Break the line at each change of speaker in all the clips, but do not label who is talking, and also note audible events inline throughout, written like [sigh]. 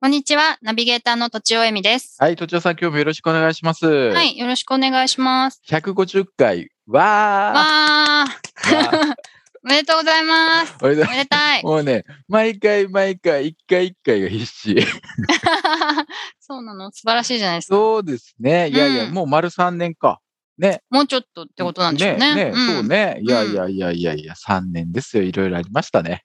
こんにちはナビゲーターのとちおえみです
はい、とちおさん、今日もよろしくお願いします。
は、。
はい
よろしくお願いします
150回、わ
わー
ーわー
[laughs] おめでとうございます
おめで
お
と
めでたいう [laughs]
もうね、毎回毎回、一回一回が必死。
[laughs] そうなの素晴らしいじゃないですか。
そうですね。いやいや、
うん
もう丸3年か。ね。
もうちょっとってことなんでしょうね。
ね
うん
そうね。いやいやいやいやいや、3年ですよ。いろいろありましたね。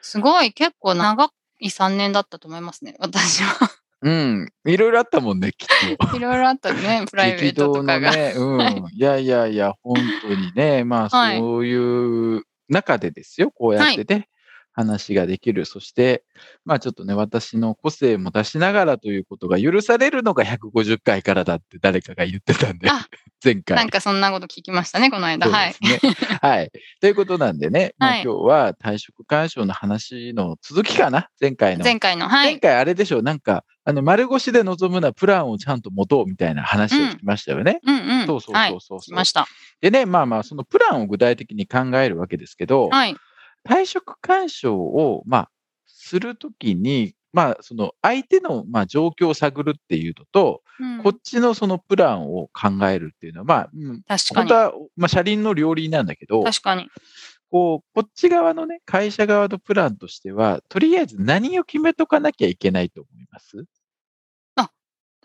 すごい、結構長い3年だったと思いますね、私
[laughs]
は。
うん。いろいろあったもんね、きっと。
いろいろあったね、プライベートとかが。
激動のね、うん。いやいやいや、本当に
[laughs]
ね、
は
まあ
い
そういう中でですよ、こうやってね、話ができる。そして、まあちょっとね、私の個性も出しながらということが許されるのが150回からだって誰かが言ってたんで
あ、
前
な
回
ん。かそんなこと聞きましたね、この間。はい。
そうですね。はい。ということなん
[laughs]
でね、まあ
はい
今日は退職勧奨の話の続きかな前回の。
前回の、は
前
い。
回あれでしょなんか、あの、丸腰で望むなプランをちゃんと持とうみたいな話を聞きましたよね。
うんうん。
そうそう
は
そ
い。
うそう
し
そう、
ました。
でね、まあまあ、そのプランを具体的に考えるわけですけど、
はい。
退職勧奨を、まあ、するときに、まあ、その相手の、まあ、状況を探るっていうのと、
うん
こっちのそのプランを考えるっていうのは、まあ、うん
確か
本
に
当。は、まあ、車輪の両輪なんだけど、
確かに。
こう、こっち側のね、会社側のプランとしては、とりあえず何を決めとかなきゃいけないと思います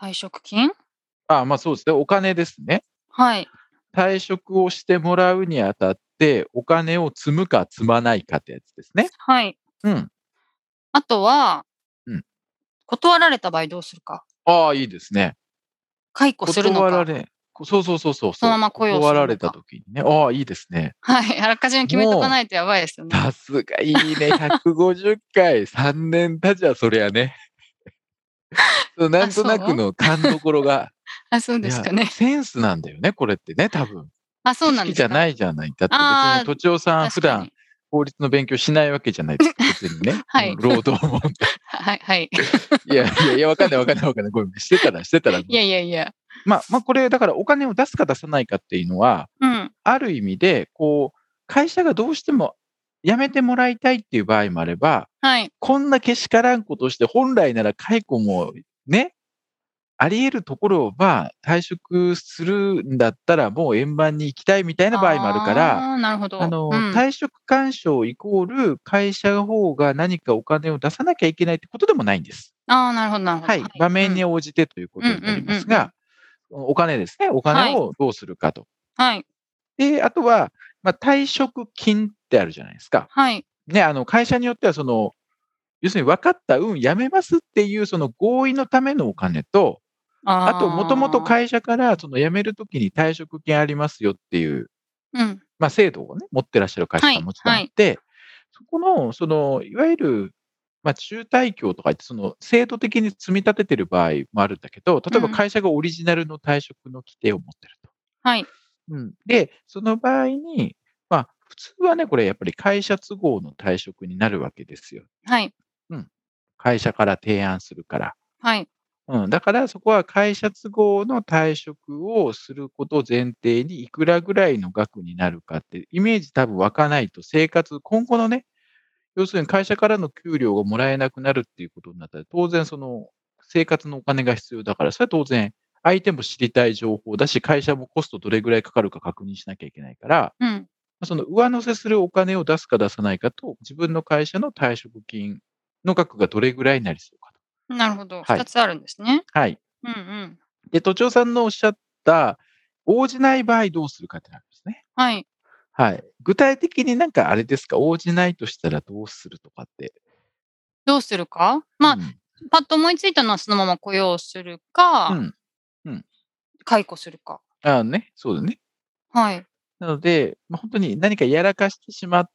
退職金
ああまあそうですね、お金ですね。
はい。
退職をしてもらうにあたって、お金を積むか積まないかってやつですね。
はい。
うん。
あとは
うん、
断られた場合どうするか。
ああ、いいですね。
解雇するの
断ら
か。
れ、こそうそうそうそう。
そのまま雇用するのか
断られた時にね。ああ、いいですね。
はい。あらかじめ決めとかないとやばいですよね。
さすがいい
[laughs]
ね。150回、3年経ちゃ、そりゃね。 [laughs] そうなんとなくの勘どころが。
あ、そう [laughs] ですか
いや
ね。
センスなんだよね、これってね、多分。
あ、そうなん
好
で
きじ
す
ゃ
か。
ないじゃない。だって
あー
別に、とちおさん、普
確か
段
に。
法律の勉強しないわけじゃないです。別にね。
[laughs] はい
労働も
はい、はい。
いやいやいや、わかんないわかんないわかんない。ごめん、してたらしてたら。
いやいやいや。
まあ、まあ、これ、だからお金を出すか出さないかっていうのは、
うん。
ある意味で、こう、会社がどうしても辞めてもらいたいっていう場合もあれば、
はい。
こんなけしからんことして、本来なら解雇もね、あり得るところは退職するんだったら、もう円盤に行きたいみたいな場合もあるから、
あー。なるほど。
あの、
うん
退職勧奨イコール会社の方が何かお金を出さなきゃいけないってことでもないんです。
あー、なるほど、なるほど。
はい、場面に
うん
応じてということになりますが、お金ですね、お
はい
金をどうするかと。
はい。
で、あとは、まあ、退職金ってあるじゃないですか。
はい。
ね、あの会社によってはその、要するに分かった、うん、やめますっていうその合意のためのお金と、
あ
あと、もともと
い、
会社からその辞めるときに退職金ありますよっていう、
うん。
まあ、制度を、ね、持ってらっしゃる会社
はい
がもちろんあって、そこの、そのいわゆる、まあ、中退協とか言って、その制度的に積み立ててる場合もあるんだけど、例えば
うん
会社がオリジナルの退職の規定を持ってると。
はい。
うん、で、その場合に、まあ、普通はね、これやっぱり会社都合の退職になるわけですよ。
はい。
会社から提案するから。
はい。
うん、だからそこは会社都合の退職をすることを前提にいくらぐらいの額になるかってイメージ多分湧かないと生活、今後のね、要するに会社からの給料がもらえなくなるっていうことになったら当然その生活のお金が必要だからそれは当然相手も知りたい情報だし会社もコストどれぐらいかかるか確認しなきゃいけないから
うん。
その上乗せするお金を出すか出さないかと自分の会社の退職金の額がどれぐらいになりそうか
なるほど。
はい
二つあるんですね。
と。はい。
うんうん。
で、都庁さんのおっしゃった、応じない場合どうするかってなんですね。
はい。
はい。具体的になんかあれですか、応じないとしたらどうするとかって。
どうするかまあ、
うん
パッと思いついたのはそのまま雇用するか、
うん。
解雇するか。
ああね、そうだね。
はい。
なので、まあ、本当に何かやらかしてしまって、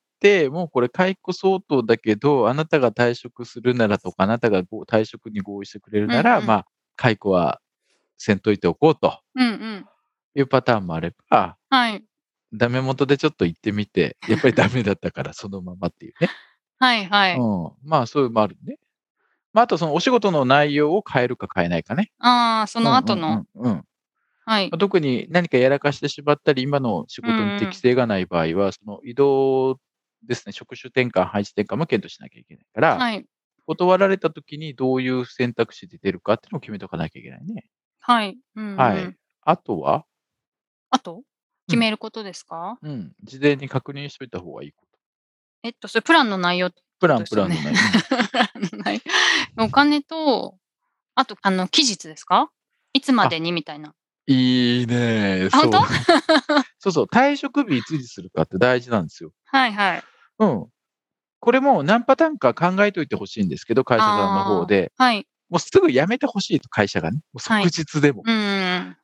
もうこれ解雇相当だけど、あなたが退職するならとか、あなたがご退職に合意してくれるな
う
ら、
んうん
まあ、解雇はせんといておこうと
うんうん。
いうパターンもあれば、
はい。
ダメ元でちょっと行ってみて、やっぱりダメだったからそのままっていうね。
はいはい。
うん、まあそういうのもあるね。まあ、あとそのお仕事の内容を変えるか変えないかね。
ああ、そ
そ
の後の。。
うんうんうん
はい
まあ。特に何かやらかしてしまったり、今の仕事に適性がない場合は、その移動ですね、職種転換、配置転換も検討しなきゃいけないから、
はい。
断られた時にどういう選択肢で出るかっていうのを決めとかなきゃいけないね。
はい。うんうん
はい。あとは、
あと決めることですか
うん、事前に確認しといた方がいいこと。
えっと、それプランの内容
プラン、
そ
プ
うで
ラ
す
ン
ね
のない。
[laughs]
[laughs]
ない。お金と、あと、あの、期日ですかいつまでにみたいな。
いいね。
あ
そう
本当
そうそう。退職日いつにするかって大事なんですよ。
はいはい。
うん。これも何パターンか考えておいてほしいんですけど、会社さんの方で。
はい。
もうすぐ辞めてほしいと、会社がね。もう
はい
即日でも。
うんうん。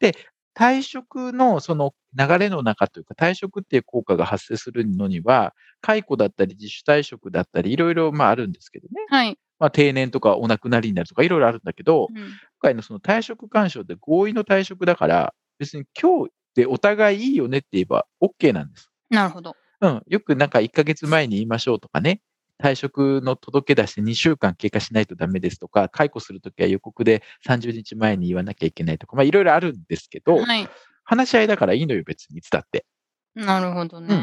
退職のその流れの中というか、退職っていう効果が発生するのには、解雇だったり、自主退職だったり、いろいろまああるんですけどね。
はい。
まあ定年とかお亡くなりになるとか、いろいろあるんだけど、
うん
今回のその退職干渉って合意の退職だから、別に今日でお互いいいよねって言えば OK なんです。
なるほど。
うん。よくなんか1ヶ月前に言いましょうとかね。退職の届け出して2週間経過しないとダメですとか、解雇するときは予告で30日前に言わなきゃいけないとか、まあいろいろあるんですけど、
はい。
話し合いだからいいのよ、別にいつだって。
なるほどね。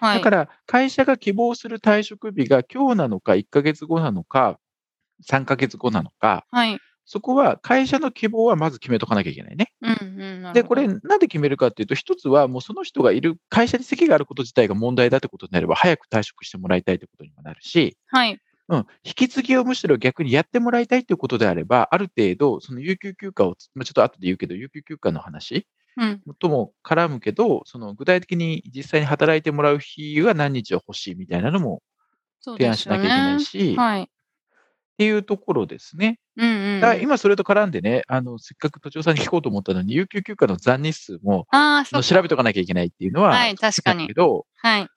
は
だ
い
か。ら、会社が希望する退職日が今日なのか、1ヶ月後なのか、3ヶ月後なのか、
はい。
そこは会社の希望はまず決めとかなきゃいけないね。
うんうん。なるほど
で、これ、、なんで決めるかっていうと、一つは、もうその人がいる、会社に席があること自体が問題だってことになれば、早く退職してもらいたいってことにもなるし、
はい。
うん、引き継ぎをむしろ逆にやってもらいたいっていうことであれば、ある程度、その有給休暇を、まあちょっと後で言うけど、有給休暇の話
うん。
とも絡むけど、その具体的に実際に働いてもらう日は何日は欲しいみたいなのも
そう
提
で
案
す
しな
よ
きゃいけない
ね。
し、っ
はい。
ていうところですね。
うんう
だ
んうん。
から今それと絡んでね、あの、せっかく都庁さんに聞こうと思ったのに、有給休暇の残日数も、
ああ、そ
の
う
調べ
か。
とかなきゃいけないっていうのは、
はい確かに
だけど、
はい。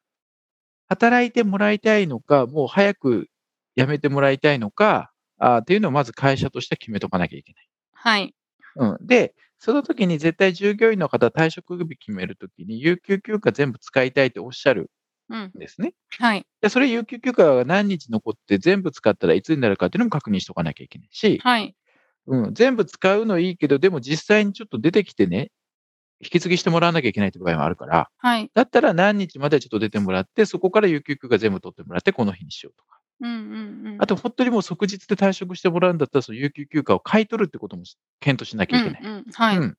働いてもらいたいのか、もう早く辞めてもらいたいのか、あーっていうのをまず会社として決めとかなきゃいけ
はい。
ない。うん、で、その時に絶対従業員の方、退職日決めるときに、有給休暇全部使いたいっておっしゃる
うん。
んですね。
はい。
でそれ有給休暇が何日残って全部使ったらいつになるかっていうのも確認しておかなきゃいけないし、
はい。
うん、全部使うのいいけど、でも実際にちょっと出てきてね、引き継ぎしてもらわなきゃいけないって場合もあるから、
はい。
だったら何日までちょっと出てもらって、そこから有給休暇全部取ってもらって、この日にしようとか。
うんうんうん。
あと、本当にもう即日で退職してもらうんだったら、その有給休暇を買い取るってこともし検討しなき
う
ゃい
ん
けない。
うん。はい。
うん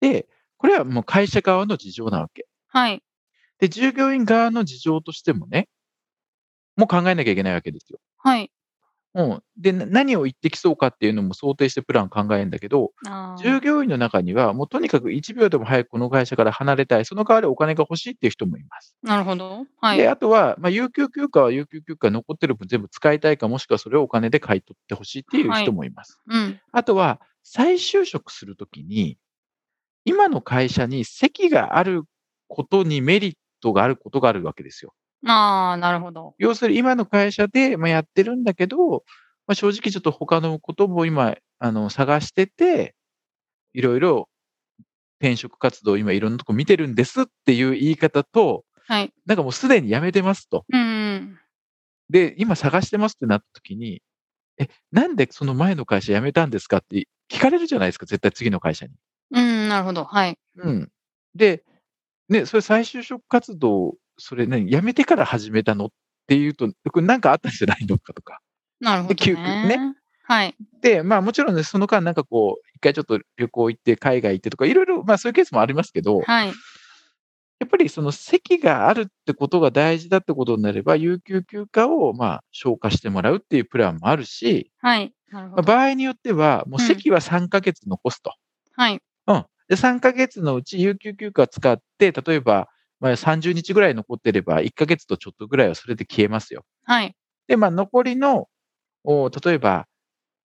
で、これはもう会社側の事情なわけ。
はい。
で、従業員側の事情としてもね、もう考えなきゃいけないわけですよ。
はい。
うん、で、な何を言ってきそうかっていうのも想定してプラン考えるんだけど、
あー
従業員の中には、もうとにかく1秒でも早くこの会社から離れたい、その代わりお金が欲しいっていう人もいます。
なるほど。はい。
で、あとは、まあ、有給休暇は有給休暇残ってる分全部使いたいか、もしくはそれをお金で買い取ってほしいっていう
はい
人もいます。
うん。
あとは、再就職するときに、今の会社に席があることにメリットがあることがあるわけですよ。
ああ、なるほど。
要するに、今の会社で、まあ、やってるんだけど、まあ、正直ちょっと他のことも今、あの、探してて、いろいろ転職活動、今いろんなとこ見てるんですっていう言い方と、
はい。
なんかもうすでに辞めてますと。
うんうん。
で、今探してますってなった時に、え、なんでその前の会社辞めたんですかって聞かれるじゃないですか、絶対次の会社に。
うん、なるほど。はい。
うん。で、ね、それ再就職活動、それね、辞めてから始めたのっていうと、これなんかあったんじゃないのかとか。
なるほど、ね。
で急遽ね
はい。
で、まあもちろんね、その間なんかこう、一回ちょっと旅行行って、海外行ってとか、いろいろ、まあそういうケースもありますけど、
はい。
やっぱりその席があるってことが大事だってことになれば、有給休暇をまあ消化してもらうっていうプランもあるし、
はい。なるほ
まあ
ど。
場合によっては、もう
うん
席は3ヶ月残すと。
はい。
うん。で、3ヶ月のうち有給休暇使って、例えば、まあ、30日ぐらい残ってれば、1ヶ月とちょっとぐらいはそれで消えますよ。
はい。
で、まあ、残りの、お例えば、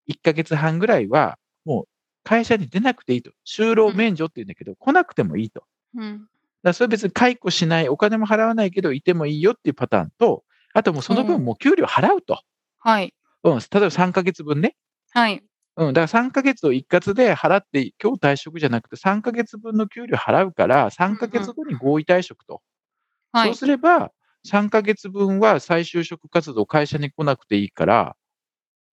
1ヶ月半ぐらいは、もう会社に出なくていいと。就労免除って言うんだけど、来なくてもいいと。だか
うん。
らそれ別に解雇しない、お金も払わないけど、いてもいいよっていうパターンと、あともうその
うん
分もう給料払うと。
はい。
うん。例えば3ヶ月分ね。
はい。
うん、だから3ヶ月を一括で払って、今日退職じゃなくて3ヶ月分の給料払うから、3ヶ月後に合意退職と。
は
そう
い。
すれば、3ヶ月分は再就職活動、会社に来なくていいから、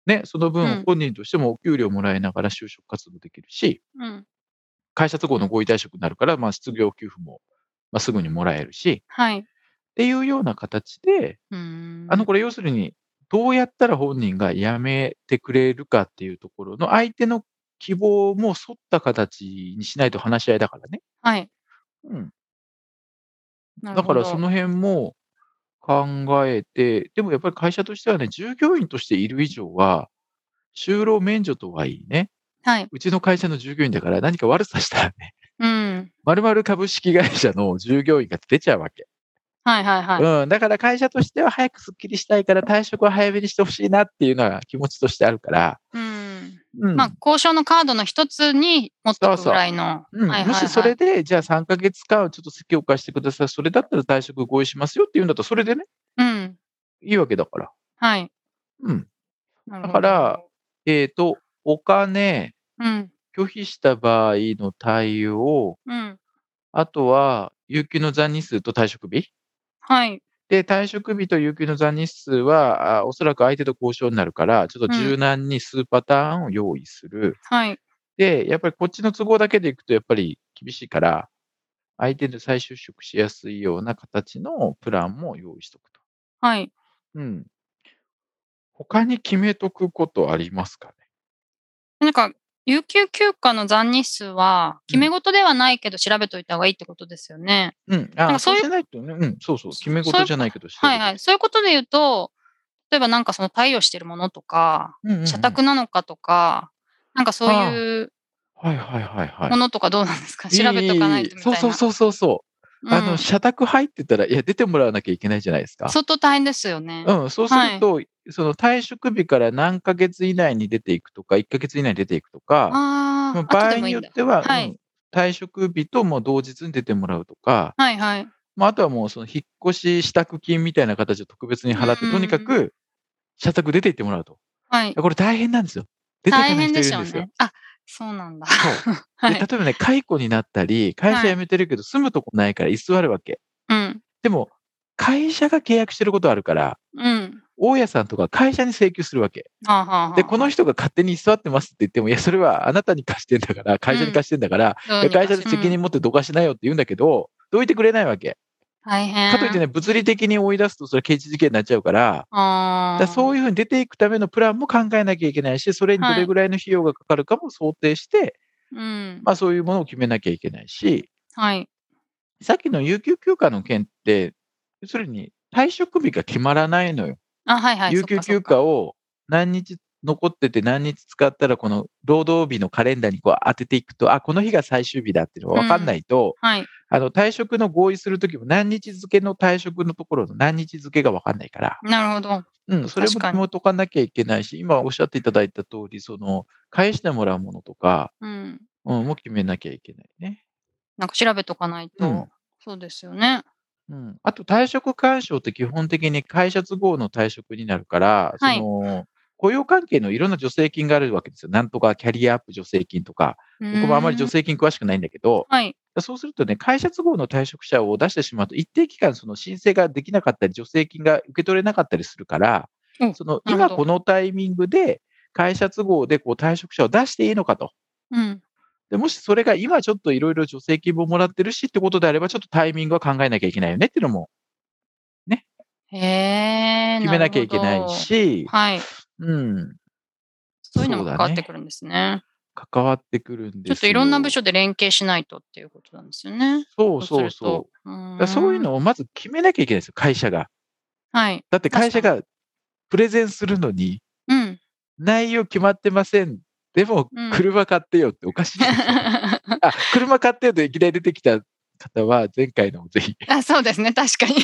ね、その
うん
分、本人としてもお給料もらいながら就職活動できるし、
うん。
会社都合の合意退職になるから、まあ、失業給付も、まあ、すぐにもらえるし、
はい。
っていうような形で、
うーん。
あの、これ要するに、どうやったら本人が辞めてくれるかっていうところの相手の希望も沿った形にしないと話し合いだからね。
はい。
うん。
なる
だ
ほ
か
ど
らその辺も考えて、でもやっぱり会社としてはね、従業員としている以上は、就労免除とはいいね。
はい。
うちの会社の従業員だから何か悪さしたらね、 [laughs]
うん。
丸々株式会社の従業員が出ちゃうわけ。
はいはいはい。
うん、だから会社としては早くスッキリしたいから退職は早めにしてほしいなっていうのは気持ちとしてあるから、
うん。
うん
まあ、交渉のカードの一つに持ってくぐらいの。
うん
はいはいはい
もしそれで、じゃあ3ヶ月間ちょっと席を貸してください、それだったら退職合意しますよっていうんだったら、それでね、
うん。
いいわけだから。
はい。
うん。
なるほど
だから、えっ、と、お金、
うん。
拒否した場合の対応、
うん。
あとは、有給の残日数と退職日。
はい。
で、退職日と有給の残日数は、あおそらく相手と交渉になるから、ちょっと柔軟に数パターンを用意する。
はい。
で、やっぱりこっちの都合だけでいくとやっぱり厳しいから、相手で再就職しやすいような形のプランも用意しとくと。
はい。
うん。他に決めとくことありますかね
なんか、有給休暇の残日数は、決め事ではないけど調べといた方がいいってことですよね。
うん。
なん
あ
か
あ、
そ
そう
ういう
じゃないとね。うん。そうそう。
そ
決め
そうい
事
う
じゃないけど、
はいはい。そういうことで言うと、例えばなんかその貸与してるものとか、
うんうんうん
社宅なのかとか、なんかそういう
はいはいはいはい。
ものとかどうなんですか、調べとかないとみたいな。
そうそうそうそうそう。あ
う
の、
ん
社宅入ってたら、いや、出てもらわなきゃいけないじゃないですか。
相当大変ですよね。
うん、そうすると、その退職日から何ヶ月以内に出ていくとか、1ヶ月以内に出ていくとか、
あ
まあ
あ、
場
後
合
でも
に
いいん
よ
だ
っ。ては、
はい
うん退職日ともう同日に出てもらうとか、
はいはい。
まあ、あとはもうその引っ越し支度金みたいな形を特別に払って、
うん
とにかく社宅出て行ってもらうと。
はい。
これ大変なんですよ。出て行
大
かない
変
人
で
い
し
るん
ょう
ですよ。
ね。あ、そうなんだ。 [laughs]
そう
は
で
い。
例えばね、解雇になったり、会社辞めてるけど住むとこないから居座るわけ。
うん。
でも、会社が契約してることあるから、
うん。
大家さんとか会社に請求するわけ。
はあ、はあはあ、
で、この人が勝手に居座ってますって言っても、いや、それはあなたに貸してんだから、会社に貸してんだから、
ど
い
う
や
にか
会社で責任持ってどかしなよって言うんだけど、どいてくれないわけ。
うん大変。
かといってね、物理的に追い出すと、それ刑事事件になっちゃうから、だ
ああ。
からそういうふうに出ていくためのプランも考えなきゃいけないし、それにど
はい
れぐらいの費用がかかるかも想定して、
うん。
まあそういうものを決めなきゃいけないし、
はい。
さっきの有給休暇の件って、要するに退職日が決まらないのよ。
あ、はいはい。
有給
そ
休
っかそっか
暇を何日残ってて何日使ったらこの労働日のカレンダーにこう当てていくと、あ、この日が最終日だっていうのが分かんないと、
はい。
あの退職の合意するときも何日付の退職のところの何日付が分かんないから、
なるほど。
うん、それ
確
も
かに
紐解かなきゃいけないし、今おっしゃっていただいた通り、その返してもらうものとか、
うん。
うん、も決めなきゃいけないね。
なんか調べとかないと。
うん
そうですよね。
うん、あと退職干渉って基本的に会社都合の退職になるから、
はい
その雇用関係のいろんな助成金があるわけですよ。なんとかキャリアアップ助成金とか、僕もあまり助
性。
成金詳しくないんだけど、
はい。
そうするとね、会社都合の退職者を出してしまうと、一定期間その申請ができなかったり、助成金が受け取れなかったりするから、
うん
その
なるほ
今
ど
このタイミングで会社都合でこう退職者を出していいのかと。
うん。
でもしそれが今ちょっといろいろ助成金ももらってるしってことであれば、ちょっとタイミングは考えなきゃいけないよねっていうのも
へえ。
決めなきゃいけな
るほ
い
ど。
し、
はい。
うん、
そういうのも
そうだ
関
ね
わってくるんですね。
関わってくるんです
ちょ
よ
っといろんな部署で連携しないとっていうことなんですよね。。
そうそうそうう。だ
う
から
ん
そういうのをまず決めなきゃいけないんですよ、会社が。
はい。
だって会社がプレゼンするのに、
うん。
内容決まってません。でも
うん、
車買ってよっておかしいで
[laughs]
しょ。あ、車買ってよといきなり出てきた方は、前回のもぜひ。
あそうですね、確か
[laughs]
に。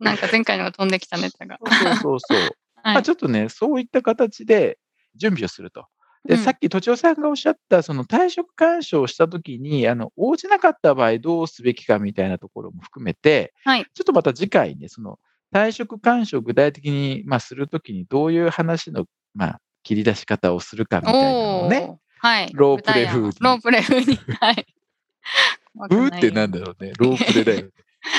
なんか前回のが飛んできたネタが。
そうそうそう。ま
[laughs] は
あ
い。
ちょっとね、そういった形で準備をすると。で、
うん
さっき、都庁さんがおっしゃった、その退職勧奨をしたときに、あの、応じなかった場合どうすべきかみたいなところも含めて、
はい
ちょっとまた次回ね、その退職勧奨を具体的に、まあ、するときにどういう話の、まあ、切り出し方をするかみたいなのをね。
おーはい。
ロープレ風に
舞台やロープレ風に。はい。わか
うー
な
っ
い
てなんだろうね。ロープレだよね。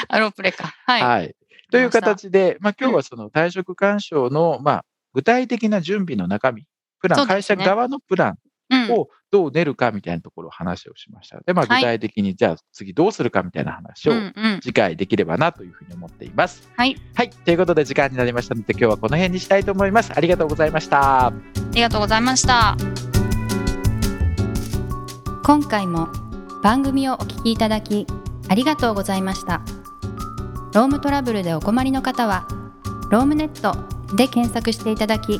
あ、ロープレか。 [laughs] はい。
はい。という
わかりま
形で、まあ、今日はその退職干渉の、まあ、具体的な準備の中身、プラ
そ
ン、
うですね
会社側のプラン
うん。
をどう練るかみたいなところを話をしました。で、まあ、具
はい
体的に、じゃあ次どうするかみたいな話
う
を
んうん。
次回できればなというふうに思っています。
はい。
はい。ということで時間になりましたので、今日はこの辺にしたいと思います。ありがとうございました。
ありがとうございました。
今回も番組をお聞きいただきありがとうございましたロームトラブルでお困りの方はロームネットで検索していただき